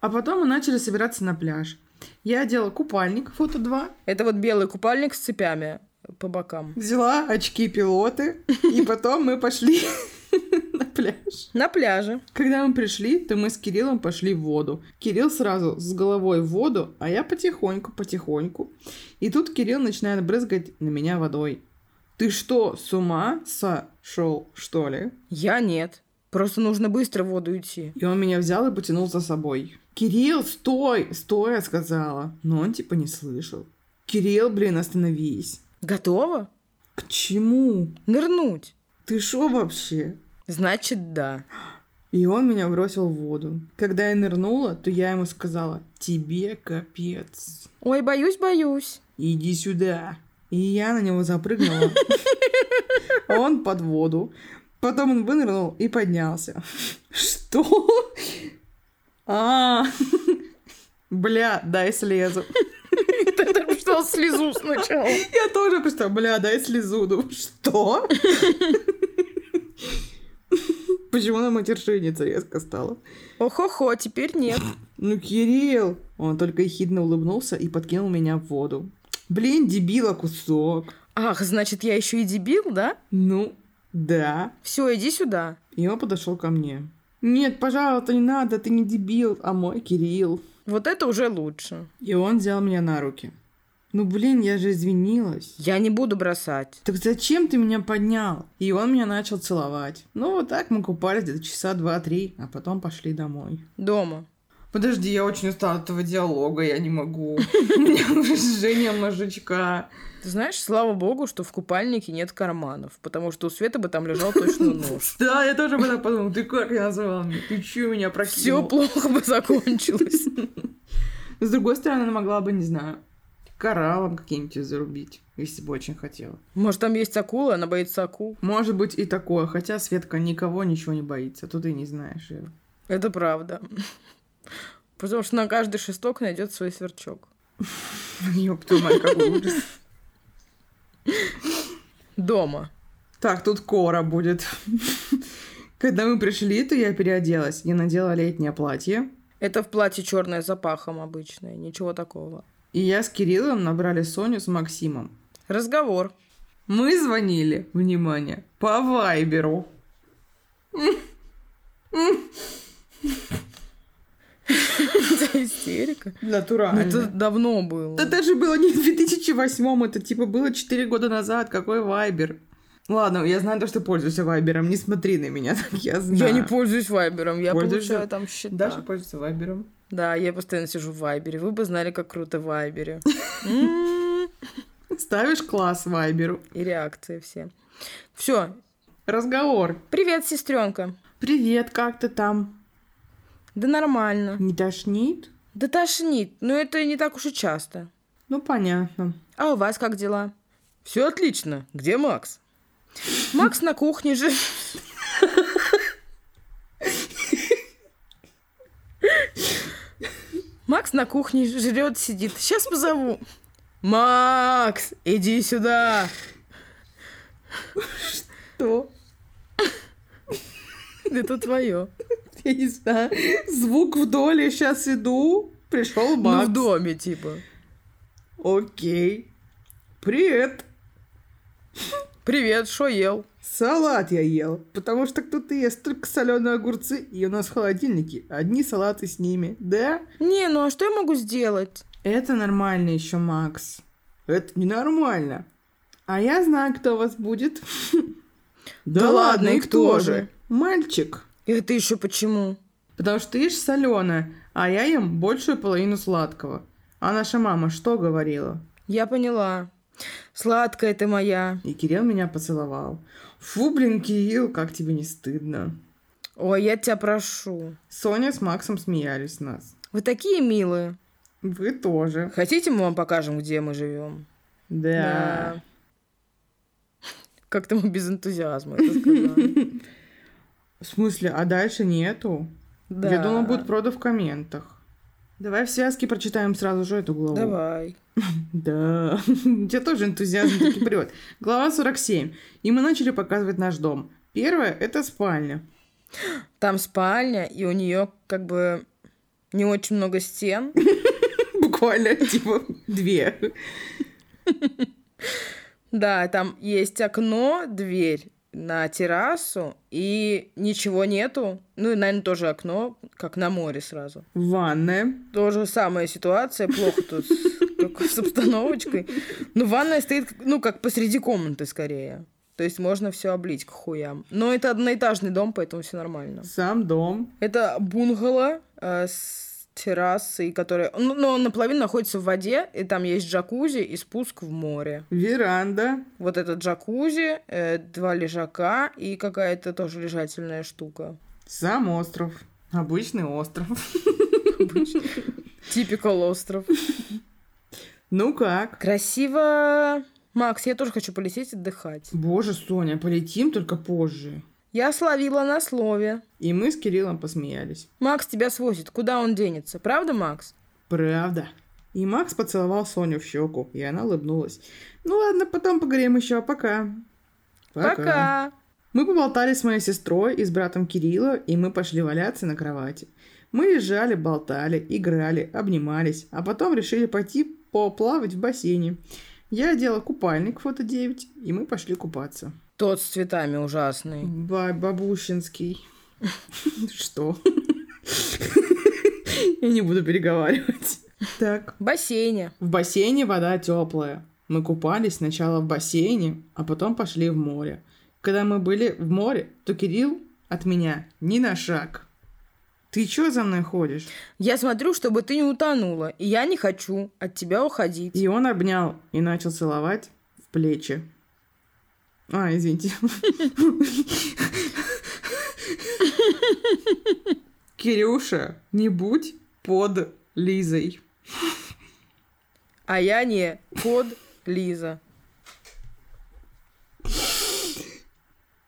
A: А потом мы начали собираться на пляж. Я одела купальник, фото 2,
B: Это вот белый купальник с цепями по бокам.
A: взяла очки пилоты, и потом мы пошли <laughs> на пляж.
B: На пляже.
A: Когда мы пришли, то мы с Кириллом пошли в воду. Кирилл сразу с головой в воду, а я потихоньку, потихоньку. И тут Кирилл начинает брызгать на меня водой. Ты что, с ума сошел, что ли?
B: Я нет. Просто нужно быстро в воду идти.
A: И он меня взял и потянул за собой. «Кирилл, стой! Стой!» я сказала. Но он типа не слышал. «Кирилл, блин, остановись!»
B: Готова?
A: «К чему?
B: Нырнуть.
A: Ты шо вообще?»
B: Значит, да.
A: И он меня бросил в воду. Когда я нырнула, то я ему сказала «Тебе капец!
B: Ой, боюсь, <laughs> боюсь.
A: Иди сюда!» И я на него запрыгнула. <laughs> А Он под воду. Потом он вынырнул и поднялся. <laughs> Что? А, <laughs> бля, дай слезу.
B: Потому что представила слезу сначала.
A: Я тоже представляю, бля, дай слезу. Думаю, что? Почему она матершинница резко стала?
B: Охо-хо, теперь нет.
A: Ну, Кирилл! Он только ехидно улыбнулся и подкинул меня в воду. Блин, дебила кусок.
B: <laughs> Ах, значит, я еще и дебил, да?
A: Ну, да.
B: Все, иди сюда.
A: И он подошел ко мне. Нет, пожалуйста, не надо, ты не дебил, а мой Кирилл.
B: Вот это уже лучше.
A: И он взял меня на руки. Ну, блин, я же извинилась.
B: Я не буду бросать.
A: Так зачем ты меня поднял? И он меня начал целовать. Ну, вот так мы купались где-то часа два-три, а потом пошли домой.
B: Дома.
A: Подожди, я очень устала от этого диалога, я не могу. У меня уже жжение мозжечка.
B: Ты знаешь, слава богу, что в купальнике нет карманов, потому что у Светы бы там лежал <laughs> точно нож.
A: Да, я тоже об этом подумала. Ты как я назвал меня? Ты чё меня
B: Все
A: прокинул?
B: плохо бы закончилось. <laughs>
A: С другой стороны, она могла бы, не знаю, кораллом каким-нибудь зарубить, если бы очень хотела.
B: Может, там есть акула, она боится акул.
A: Может быть и такое, хотя Светка никого ничего не боится, тут и не знаешь её. <laughs>
B: Это правда. Потому что на каждый шесток найдет свой сверчок.
A: Ёб твою мать, какой ужас.
B: Дома.
A: Так, тут кора будет. Когда мы пришли, то я переоделась. Я надела летнее платье.
B: Это в платье черное с запахом обычное, ничего такого.
A: И я с Кириллом набрали Соню с Максимом.
B: Разговор. <laughs>
A: Мы звонили, внимание, по Вайберу.
B: Это истерика. Ну,
A: Натурально.
B: Это давно было.
A: Это же было не в 2008, это типа было 4 года назад. Какой Вайбер? Ладно, я знаю то, что пользуешься Вайбером. Не смотри на меня так, я знаю.
B: Я не пользуюсь вайбером, я
A: Пользуешься?
B: получаю там счета.
A: Даша пользуется Вайбером.
B: Да, я постоянно сижу в вайбере. Вы бы знали, как круто
A: <laughs>
B: в вайбере. М,
A: Ставишь класс Вайберу.
B: И реакции все. Все.
A: Разговор.
B: Привет, сестренка.
A: Привет, как ты там?
B: Да нормально.
A: Не тошнит?
B: Да тошнит, но это не так уж и часто.
A: Ну, понятно.
B: А у вас как дела? Все отлично. Где Макс? Макс на кухне же. Макс на кухне жрет, сидит. Сейчас позову. Макс, иди сюда.
A: Что?
B: Это твое.
A: Я не знаю. Звук в доле. Сейчас иду. Пришел
B: Ну,
A: Макс.
B: в доме, типа.
A: Окей. Привет.
B: Привет, что ел?
A: Салат я ел, потому что кто-то ест только соленые огурцы, и у нас в холодильнике одни салаты с ними, да?
B: Не, ну а что я могу сделать?
A: Это нормально еще, Макс. Это ненормально. А я знаю, кто у вас будет.
B: Да ладно, и кто же?
A: Мальчик.
B: Это еще почему?
A: Потому что ты ешь соленое, а я ем большую половину сладкого. А наша мама что говорила?
B: Я поняла. Сладкая ты моя.
A: И Кирилл меня поцеловал. Фу, блин, Кирилл, как тебе не стыдно.
B: Ой, я тебя прошу.
A: Соня с Максом смеялись нас.
B: Вы такие милые.
A: Вы тоже.
B: Хотите, мы вам покажем, где мы живем?
A: Да.
B: Как-то мы без энтузиазма это сказали.
A: В смысле, а дальше нету?
B: Да.
A: Я думала, будет прода в комментах. Давай в связке прочитаем сразу же эту главу.
B: Давай.
A: Да. <laughs> У тебя тоже энтузиазм таки прет. Глава 47. И мы начали показывать наш дом. Первое — это спальня.
B: Там спальня, и у нее как бы не очень много стен.
A: Буквально, типа, две.
B: Да, там есть окно, дверь на террасу, и ничего нету. Ну и, наверное, тоже окно, как на море сразу.
A: Ванная.
B: То же самая ситуация, плохо тут с, как с обстановочкой. Но ванная стоит, ну, как посреди комнаты скорее. То есть можно все облить к хуям. Но это одноэтажный дом, поэтому все нормально.
A: Сам дом.
B: Это бунгало э, с террасой, которая... Ну, но он наполовину находится в воде, и там есть джакузи и спуск в море.
A: Веранда.
B: Вот это джакузи, э, два лежака и какая-то тоже лежательная штука.
A: Сам остров. Обычный остров.
B: Типикал остров.
A: Ну как?
B: Красиво. Макс, я тоже хочу полететь отдыхать.
A: Боже, Соня, полетим только позже.
B: Я словила на слове.
A: И мы с Кириллом посмеялись.
B: Макс тебя свозит. Куда он денется? Правда, Макс?
A: Правда. И Макс поцеловал Соню в щеку, и она улыбнулась. Ну ладно, потом поговорим еще, пока.
B: Пока.
A: Мы поболтали с моей сестрой и с братом Кирилла, и мы пошли валяться на кровати. Мы лежали, болтали, играли, обнимались, а потом решили пойти поплавать в бассейне. Я одела купальник фото 9, и мы пошли купаться.
B: Тот с цветами ужасный.
A: Ба- бабушинский. <laughs> Что? <laughs> Я не буду переговаривать. Так.
B: В бассейне.
A: В бассейне вода теплая. Мы купались сначала в бассейне, а потом пошли в море. Когда мы были в море, то Кирилл от меня ни на шаг. Ты чё за мной ходишь?
B: Я смотрю, чтобы ты не утонула, и я не хочу от тебя уходить.
A: И он обнял и начал целовать в плечи. А, извините. Кирюша, не будь под Лизой.
B: А я не под Лиза.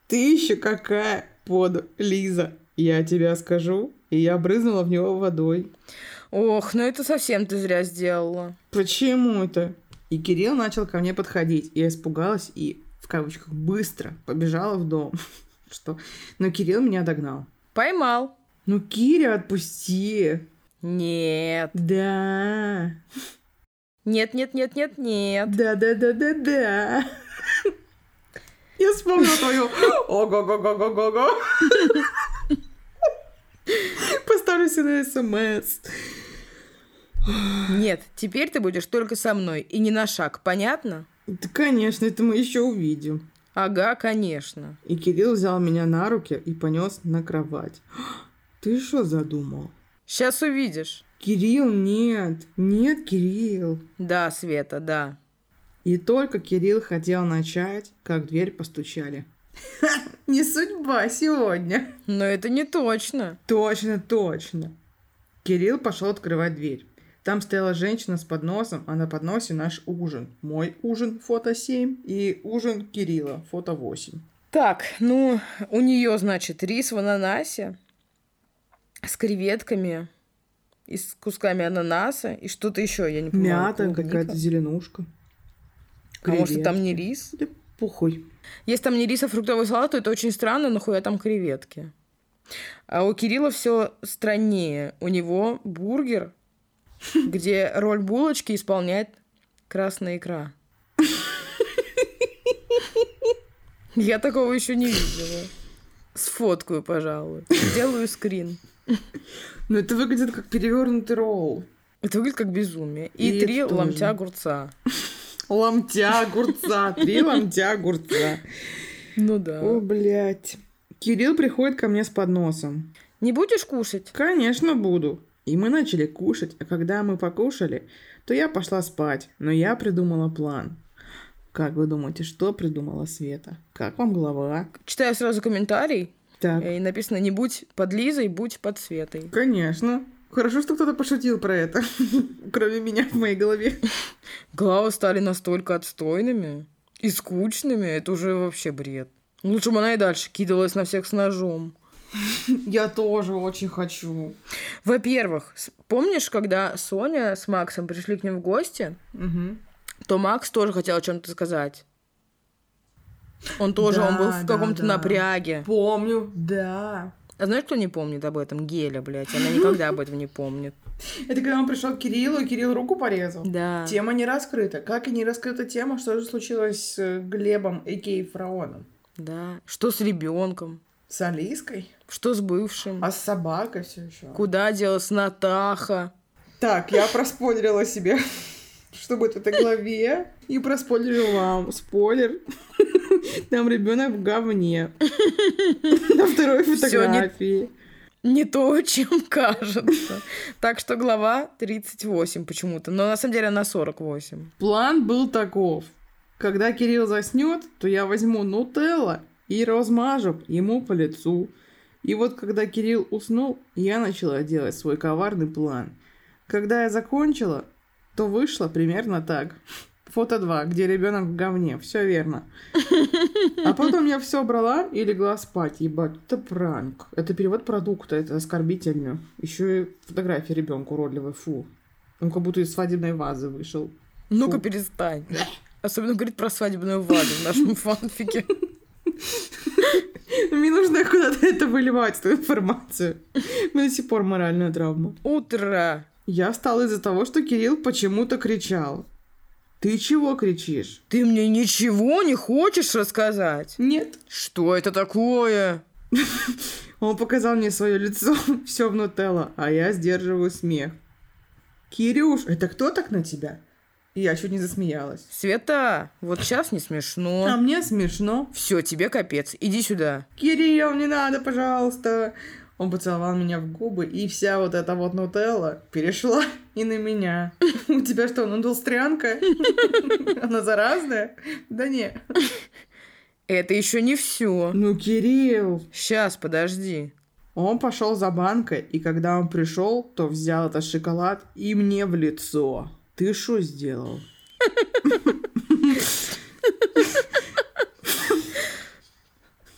A: Ты еще какая под Лиза. Я тебя скажу. И я брызнула в него водой.
B: Ох, ну это совсем ты зря сделала.
A: Почему это? И Кирилл начал ко мне подходить. Я испугалась и, в кавычках, быстро побежала в дом. <laughs> Что? Но Кирилл меня догнал.
B: Поймал.
A: Ну, Киря, отпусти.
B: Нет.
A: Да.
B: Нет, нет, нет, нет, нет.
A: Да-да-да-да-да. <laughs> Я вспомнила твою <laughs> ого-го-го-го-го-го. <laughs> Поставлю себе на эм смс.
B: Нет, теперь ты будешь только со мной и не на шаг, понятно?
A: Да, конечно, это мы еще увидим.
B: Ага, конечно.
A: И Кирилл взял меня на руки и понес на кровать. <gasps> Ты что задумал?
B: Сейчас увидишь.
A: Кирилл, нет. Нет, Кирилл.
B: Да, Света, да.
A: И только Кирилл хотел начать, как в дверь постучали. <laughs> Не судьба сегодня.
B: Но это не точно.
A: Точно, точно. Кирилл пошел открывать дверь. Там стояла женщина с подносом, а на подносе наш ужин. Мой ужин фото 7 и ужин Кирилла фото 8.
B: Так, ну, у нее, значит, рис в ананасе с креветками и с кусками ананаса и что-то еще, я не понимаю.
A: Мята,
B: клубника.
A: какая-то зеленушка.
B: А может, там не
A: Креветки.
B: рис?
A: Да похуй.
B: Если там не рис, а фруктовый салат, то это очень странно, нахуя там креветки. А у Кирилла все страннее. У него бургер, где роль булочки исполняет красная икра. Я такого еще не видела. Сфоткаю, пожалуй. Сделаю скрин.
A: Но Ну, это выглядит как перевернутый ролл.
B: Это выглядит как безумие. И,
A: И
B: три
A: это тоже.
B: ломтя огурца.
A: Ломтя
B: <laughs>
A: огурца, три ломтя огурца.
B: Ну да.
A: О, блядь. Кирилл приходит ко мне с подносом.
B: Не будешь кушать?
A: Конечно, буду. И мы начали кушать, а когда мы покушали, то я пошла спать, но я придумала план. Как вы думаете, что придумала Света? Как вам голова?
B: Читаю сразу комментарий.
A: Так,
B: И написано «Не будь под Лизой, будь под Светой».
A: конечно. Хорошо, что кто-то пошутил про это, <laughs> кроме меня в моей голове.
B: Главы стали настолько отстойными и скучными, это уже вообще бред. Лучше бы она и дальше кидалась на всех с ножом.
A: Я тоже очень хочу.
B: Во-первых, с- помнишь, когда Соня с Максом пришли к ним в гости, то Макс тоже хотел о чем-то сказать. Он тоже, он был
A: Да,
B: в
A: да,
B: каком-то
A: да.
B: напряге.
A: Помню, да.
B: А знаешь, кто не помнит об этом? Геля, блядь. Она никогда об этом
A: <laughs>
B: не помнит.
A: Это когда он пришел к Кириллу, и Кирилл руку порезал.
B: Да.
A: Тема не раскрыта. Как и не раскрыта тема, что же случилось с э, Глебом, и Фараоном?
B: Да. Что с ребенком?
A: С Алиской?
B: Что с бывшим?
A: А с собакой все еще.
B: Куда делась Натаха?
A: Так, я проспойлерила себе, <laughs> что будет в этой главе, и проспойлерила вам. Спойлер. <laughs> Там ребенок в говне. <laughs> На второй
B: не-
A: фотографии.
B: не то, <laughs> чем кажется. Так что глава 38 почему-то. Но на самом деле она 48.
A: План был таков. Когда Кирилл заснет, то я возьму нутелла и размажу ему по лицу. И вот когда Кирилл уснул, я начала делать свой коварный план. Когда я закончила, то вышло примерно так. Фото 2, где ребенок в говне. Все верно. А потом я все брала и легла спать. Ебать, это пранк. Это перевод продукта, это оскорбительно. Еще и фотографии ребенку уродливой, фу. Он как будто из свадебной вазы вышел.
B: Ну-ка
A: Фу.
B: перестань. <laughs> Особенно говорит про свадебную вазу в <laughs> нашем фанфике.
A: Мне нужно куда-то это выливать, эту информацию. У меня до сих пор моральная травма.
B: Утро.
A: Я встала из-за того, что Кирилл почему-то кричал. Ты чего кричишь?
B: Ты мне ничего не хочешь рассказать?
A: Нет.
B: Что это такое?
A: Он показал мне свое лицо, <laughs> все в нутелла, а я сдерживаю смех. Кирюш, это кто так на тебя? И я чуть не засмеялась.
B: Света, вот сейчас не
A: А
B: смешно.
A: мне смешно.
B: Все, тебе капец. Иди сюда.
A: Кирилл, не надо, пожалуйста. Он поцеловал меня в губы, и вся вот эта вот нутелла перешла <laughs> и на меня. <laughs> У тебя что, нудлстрянка? <laughs> Она заразная? Да не.
B: Это еще не все.
A: Ну, Кирилл,
B: Сейчас, подожди.
A: Он пошел за банкой, и когда он пришел, то взял этот шоколад и мне в лицо. Ты что сделал?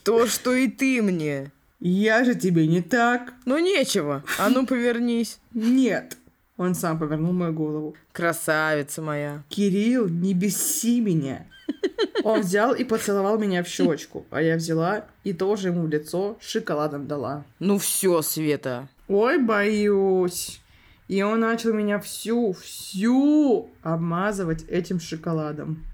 B: То, что и ты мне.
A: Я же тебе не так.
B: Ну нечего. А ну повернись.
A: Нет. Он сам повернул мою голову.
B: Красавица моя.
A: Кирилл, не беси меня. Он взял и поцеловал меня в щечку, а я взяла и тоже ему в лицо шоколадом дала.
B: Ну все, Света.
A: Ой, боюсь. И он начал меня всю, всю обмазывать этим шоколадом.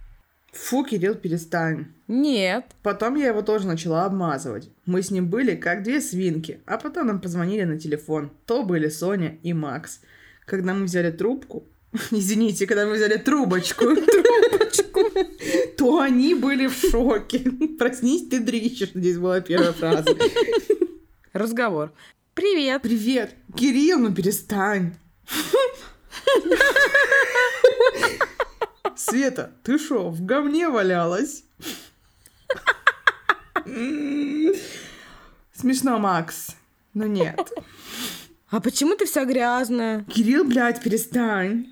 A: Фу, Кирилл, перестань.
B: Нет.
A: Потом я его тоже начала обмазывать. Мы с ним были как две свинки, а потом нам позвонили на телефон. То были Соня и Макс. Когда мы взяли трубку, <laughs> извините, когда мы взяли трубочку, трубочку, то они были в шоке. <laughs> Проснись, ты дрищешь, здесь была первая фраза.
B: Разговор. Привет.
A: Привет, Кирилл, ну перестань. Света, ты шо, в говне валялась? М. Смешно, Макс. Но нет.
B: А почему ты вся грязная?
A: Кирилл, блядь, перестань.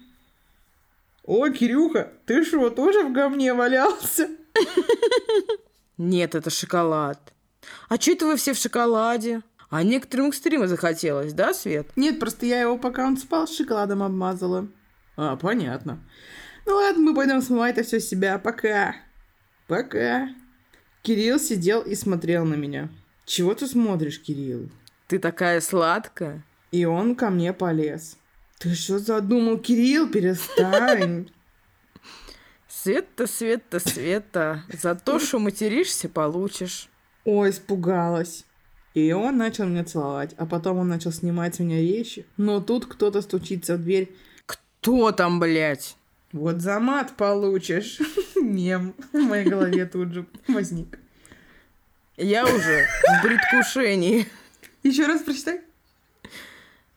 A: О, Кирюха, ты шо, тоже в говне валялся?
B: Нет, это шоколад. А че это вы все в шоколаде? А некоторым экстрима захотелось, да, Свет?
A: Нет, просто я его, пока он спал, шоколадом обмазала. А, понятно. Ну ладно, мы пойдем смывать это все с себя. Пока. Пока. Кирилл сидел и смотрел на меня. Чего ты смотришь, Кирилл?
B: Ты такая сладкая.
A: И он ко мне полез. Ты что задумал, Кирилл? Перестань.
B: Света, Света, Света. За то, что материшься, получишь.
A: Ой, испугалась. И он начал меня целовать, а потом он начал снимать с меня вещи. Но тут кто-то стучится в дверь.
B: Кто там, блядь?
A: Вот за мат получишь. <laughs> Мем в моей голове тут же возник.
B: Я уже в предвкушении.
A: Еще раз прочитай.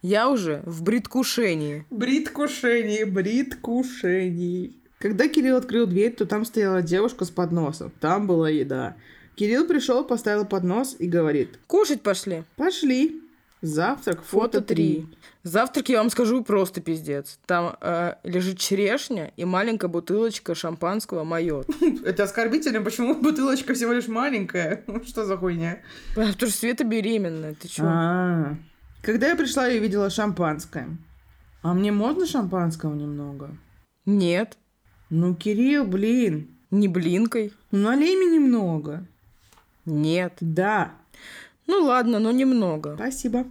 B: Я уже в предвкушении.
A: Брит-кушений, брит-кушений. Когда Кирилл открыл дверь, то там стояла девушка с подносом. Там была еда. Кирилл пришел, поставил поднос и говорит.
B: Кушать пошли.
A: Пошли. Завтрак, фото
B: Фото три.
A: три.
B: Завтрак, я вам скажу, просто пиздец. Там э, лежит черешня и маленькая бутылочка шампанского майот.
A: Это оскорбительно, почему бутылочка всего лишь маленькая? Ну, Что за хуйня?
B: Потому что Света беременная, ты чё?
A: А. Когда я пришла, я видела шампанское. А мне можно шампанского немного?
B: Нет,
A: Ну, Кирилл, блин,
B: не блинкой.
A: ну налей мне немного.
B: Нет.
A: Да,
B: Ну ладно, но немного.
A: Спасибо.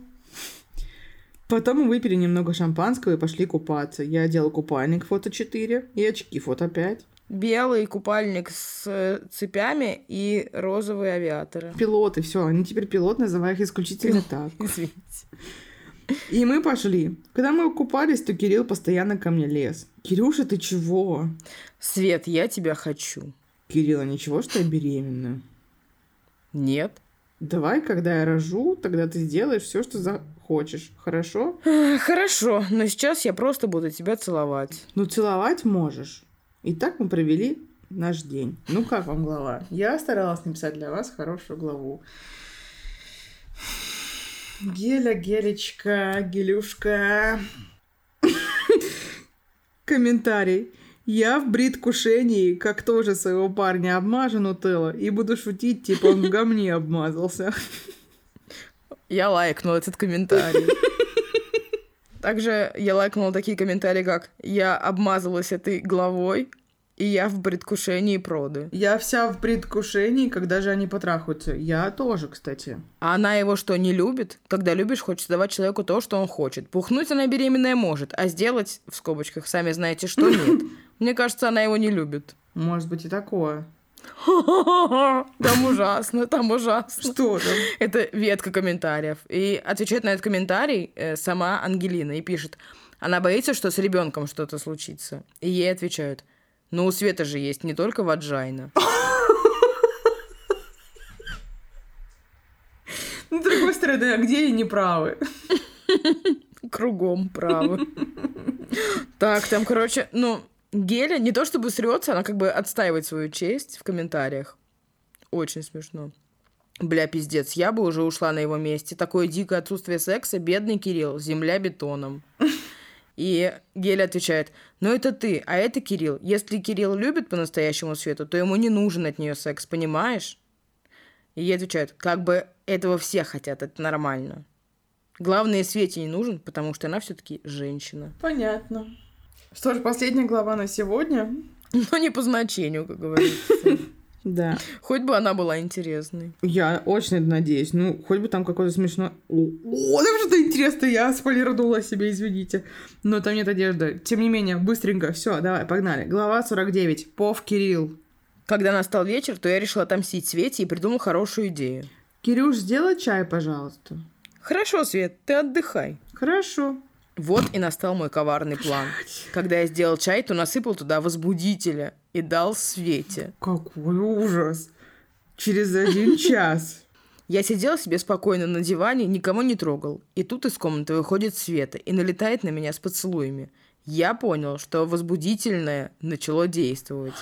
A: Потом мы выпили немного шампанского и пошли купаться. Я одела купальник фото 4 и очки фото 5.
B: Белый купальник с э, цепями и розовые авиаторы.
A: Пилоты, все, они теперь пилот, называй их исключительно так.
B: Извините.
A: И мы пошли. Когда мы купались, то Кирилл постоянно ко мне лез. Кирюша, ты чего?
B: Свет, я тебя хочу.
A: Кирилла, ничего, что я беременна.
B: Нет.
A: Давай, когда я рожу, тогда ты сделаешь все, что захочешь. Хорошо?
B: Э, Хорошо, но сейчас я просто буду тебя целовать.
A: Ну, целовать можешь. И так мы провели наш день. Ну, как вам глава? Я старалась написать для вас хорошую главу. Геля, Гелечка, Гелюшка. Комментарий. Я в брит-кушении, как тоже своего парня, обмажу нутелла и буду шутить, типа он в говне обмазался.
B: Я лайкнула этот комментарий. Также я лайкнула такие комментарии, как «Я обмазалась этой главой, и я в предвкушении проды».
A: Я вся в предвкушении, когда же они потрахаются. Я тоже, кстати.
B: А она его что, не любит? Когда любишь, хочешь давать человеку то, что он хочет. Пухнуть она беременная может, а сделать, в скобочках, сами знаете, что нет. Мне кажется, она его не любит.
A: Может быть и такое.
B: Там ужасно, там ужасно.
A: Что там?
B: <laughs> Это ветка комментариев. И отвечает на этот комментарий э, сама Ангелина и пишет, она боится, что с ребенком что-то случится. И ей отвечают, ну у Света же есть не только ваджайна.
A: Ну, с другой стороны, а где они неправы?
B: Кругом правы. Так, там, короче, ну, Геля не то чтобы срется, она как бы отстаивает свою честь в комментариях. Очень смешно. Бля, пиздец, я бы уже ушла на его месте. Такое дикое отсутствие секса, бедный Кирилл, земля бетоном. И Геля отвечает, ну это ты, а это Кирилл. Если Кирилл любит по-настоящему Свету, то ему не нужен от нее секс, понимаешь? И ей отвечают, как бы этого все хотят, это нормально. Главное, Свете не нужен, потому что она все-таки женщина. <laughs>
A: Понятно. Что ж, последняя глава на сегодня.
B: Но не по значению, как говорится.
A: Да.
B: Хоть бы она была интересной.
A: Я очень это надеюсь. Ну, хоть бы там какой-то смешной... О, о, там что-то интересное, я спойлернула себе, извините. Но там нет одежды. Тем не менее, быстренько, все, давай, погнали. Глава 49. Пов Кирилл.
B: Когда настал вечер, то я решила отомстить Свете и придумал хорошую идею.
A: Кирюш, сделай чай, пожалуйста.
B: Хорошо, Свет, ты отдыхай.
A: Хорошо.
B: Вот и настал мой коварный план. Когда я сделал чай, то насыпал туда возбудителя и дал Свете.
A: Какой ужас. Через один <laughs> час.
B: Я сидел себе спокойно на диване, никого не трогал. И тут из комнаты выходит Света и налетает на меня с поцелуями. Я понял, что возбудительное начало действовать.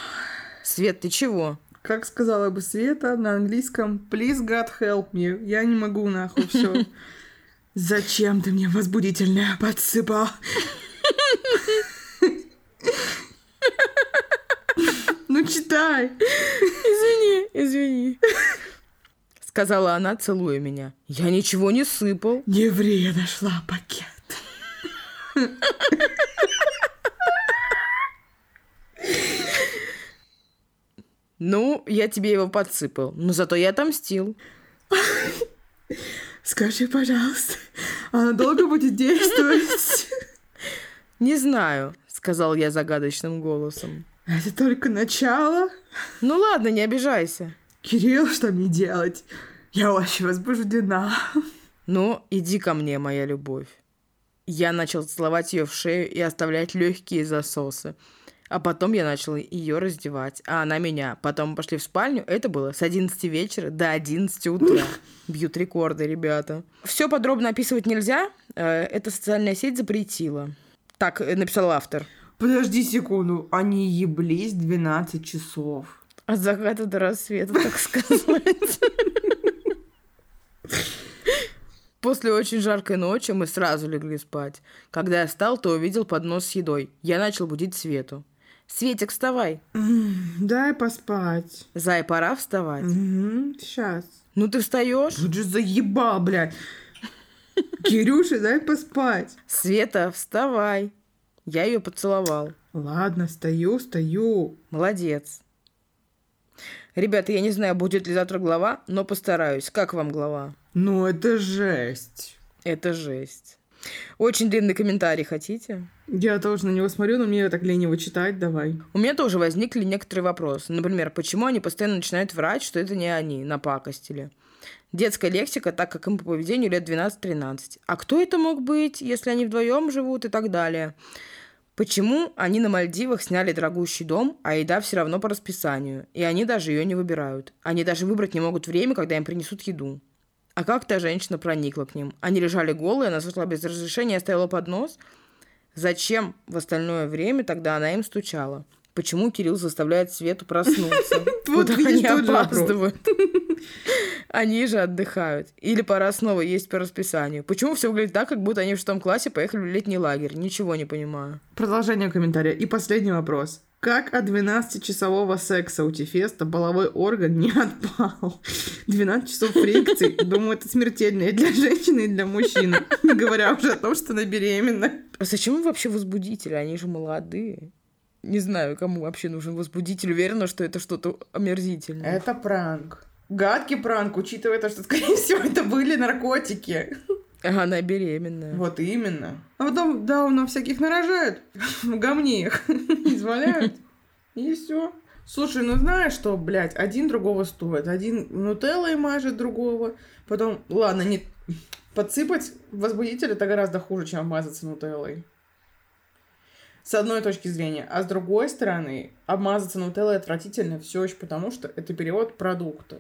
B: Свет, ты чего?
A: Как сказала бы Света на английском, please God help me. Я не могу нахуй все. Зачем ты мне возбудительное подсыпал? Ну читай.
B: Извини, извини. <laughs> Сказала она, целуя меня. Я ничего не сыпал.
A: Не ври, я нашла пакет.
B: Ну, я тебе его подсыпал, но зато я отомстил.
A: Скажи, пожалуйста, она долго будет действовать?
B: Не знаю, сказал я загадочным голосом.
A: Это только начало.
B: Ну ладно, не обижайся.
A: Кирилл, что мне делать? Я очень возбуждена.
B: Ну, иди ко мне, моя любовь. Я начал целовать ее в шею и оставлять легкие засосы. А потом я начал ее раздевать, а она меня. Потом мы пошли в спальню. Это было с 11 вечера до 11 утра. Бьют рекорды, ребята. Все подробно описывать нельзя. Э, Эта социальная сеть запретила. Так э, написал автор.
A: Подожди секунду, они еблись 12 часов.
B: От заката А до рассвета, так сказать. После очень жаркой ночи мы сразу легли спать. Когда я встал, то увидел поднос с едой. Я начал будить Свету. «Светик, вставай!»
A: М, Дай поспать.
B: «Зай, пора вставать!»
A: Сейчас.
B: «Ну ты встаешь?»
A: Тут же заебал, блядь. Кирюша, дай поспать.
B: «Света, вставай!» Я ее поцеловал.
A: Ладно, стою, стою.
B: Молодец. Ребята, я не знаю, будет ли завтра глава, но постараюсь. Как вам глава?
A: Ну это жесть.
B: Это жесть. Очень длинный комментарий хотите?
A: Я тоже на него смотрю, но мне так лень его читать, давай.
B: У меня тоже возникли некоторые вопросы. Например, почему они постоянно начинают врать, что это не они, напакостили? Детская лексика, так как им по поведению лет 12-13. А кто это мог быть, если они вдвоем живут и так далее? Почему они на Мальдивах сняли дорогущий дом, а еда все равно по расписанию, и они даже ее не выбирают? Они даже выбрать не могут время, когда им принесут еду. А как та женщина проникла к ним? Они лежали голые, она зашла без разрешения и оставила поднос? Зачем в остальное время тогда она им стучала? Почему Кирилл заставляет Свету проснуться?
A: <laughs> Вот
B: Куда
A: видишь,
B: они
A: тот же вопрос.
B: опаздывают? <laughs> Они же отдыхают. Или пора снова есть по расписанию. Почему все выглядит так, как будто они в шестом классе поехали в летний лагерь? Ничего не понимаю.
A: Продолжение комментария. И последний вопрос. Как от 12-часового секса у Тефеста половой орган не отпал? 12 часов фрикций. Думаю, это смертельно и для женщины, и для мужчины. Не говоря уже о том, что она беременна.
B: А зачем им вообще возбудители? Они же молодые. Не знаю, кому вообще нужен возбудитель. Уверена, что это что-то омерзительное.
A: Это пранк. Гадкий пранк, учитывая то, что, скорее всего, это были наркотики.
B: А Она беременная.
A: Вот именно. А потом, да, он нам всяких нарожает. <laughs> В говне их <laughs> изваляют. И все. Слушай, ну знаешь что, блядь, один другого стоит. Один нутеллой мажет другого. Потом, ладно, не... подсыпать возбудитель это гораздо хуже, чем обмазаться нутеллой. С одной точки зрения. А с другой стороны, обмазаться нутеллой отвратительно все еще потому, что это перевод продукта.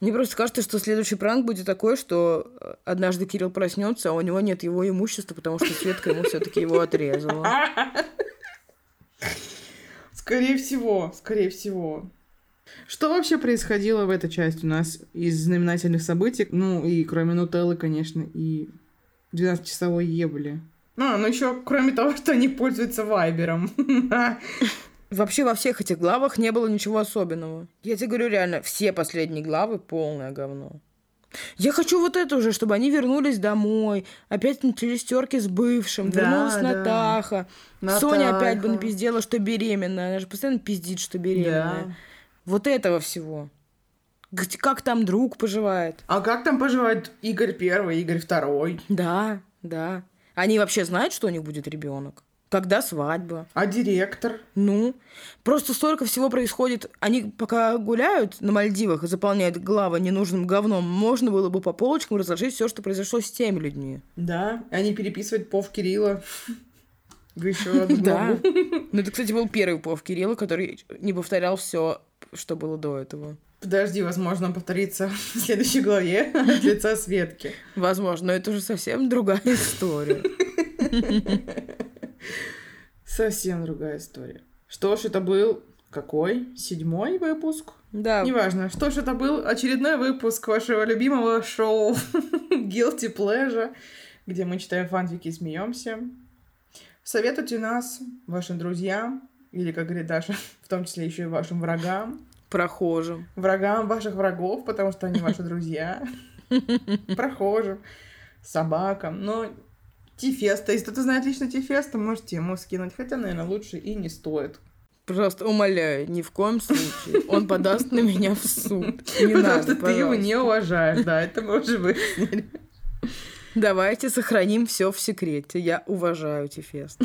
B: Мне просто кажется, что следующий пранк будет такой, что э, однажды Кирилл проснется, а у него нет его имущества, потому что Светка ему все-таки его отрезала.
A: Скорее всего, скорее всего. Что вообще происходило в этой части у нас из знаменательных событий? Ну, и кроме Нутеллы, конечно, и 12-часовой ебли. А, ну еще кроме того, что они пользуются вайбером. <laughs> Ну
B: Вообще во всех этих главах не было ничего особенного. Я тебе говорю реально, все последние главы полное говно. Я хочу вот это уже, чтобы они вернулись домой, опять начались терки с бывшим,
A: Да,
B: вернулась
A: да.
B: Натаха, Соня опять бы
A: Натаха.
B: напиздела, что беременная, она же постоянно пиздит, что беременная.
A: Да.
B: Вот этого всего. Где- Как там друг поживает?
A: А как там поживает Игорь Первый, Игорь Второй?
B: Да, да. Они вообще знают, что у них будет ребенок? Когда свадьба?
A: А директор?
B: Ну, просто столько всего происходит. Они пока гуляют на Мальдивах и заполняют главы ненужным говном, можно было бы по полочкам разложить все, что произошло с теми людьми.
A: Да, и они переписывают Пов <laughs> Кирилла. Еще одну
B: Да.
A: главу.
B: Ну, это, кстати, был первый Пов Кирилла, который не повторял все, что было до этого.
A: Подожди, возможно, он повторится <laughs> в следующей главе от лица Светки.
B: Возможно, но это уже совсем другая <laughs> история.
A: Совсем другая история. Что ж, это был какой? Седьмой выпуск?
B: Да,
A: Неважно. Что ж, это был очередной выпуск вашего любимого шоу <laughs> Guilty Pleasure, где мы читаем фанфики и смеемся. Советуйте нас вашим друзьям, или, как говорит Даша, <laughs> в том числе еще и вашим врагам.
B: прохожим.
A: Врагам ваших врагов, потому что они ваши <laughs> друзья. Прохожим, собакам. Но Тифеста, если кто-то знает лично Тифеста, можете ему скинуть. Хотя, наверное, лучше и не стоит.
B: Пожалуйста, умоляю, ни в коем случае. Он подаст на меня в суд. Не
A: Потому
B: надо,
A: что ты его
B: пожалуйста.
A: не уважаешь, да, это мы уже выяснили.
B: Давайте сохраним все в секрете. Я уважаю Тефест.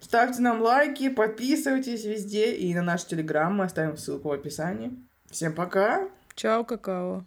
A: Ставьте нам лайки, подписывайтесь везде и на наш телеграм мы оставим ссылку в описании. Всем пока!
B: Чао, какао.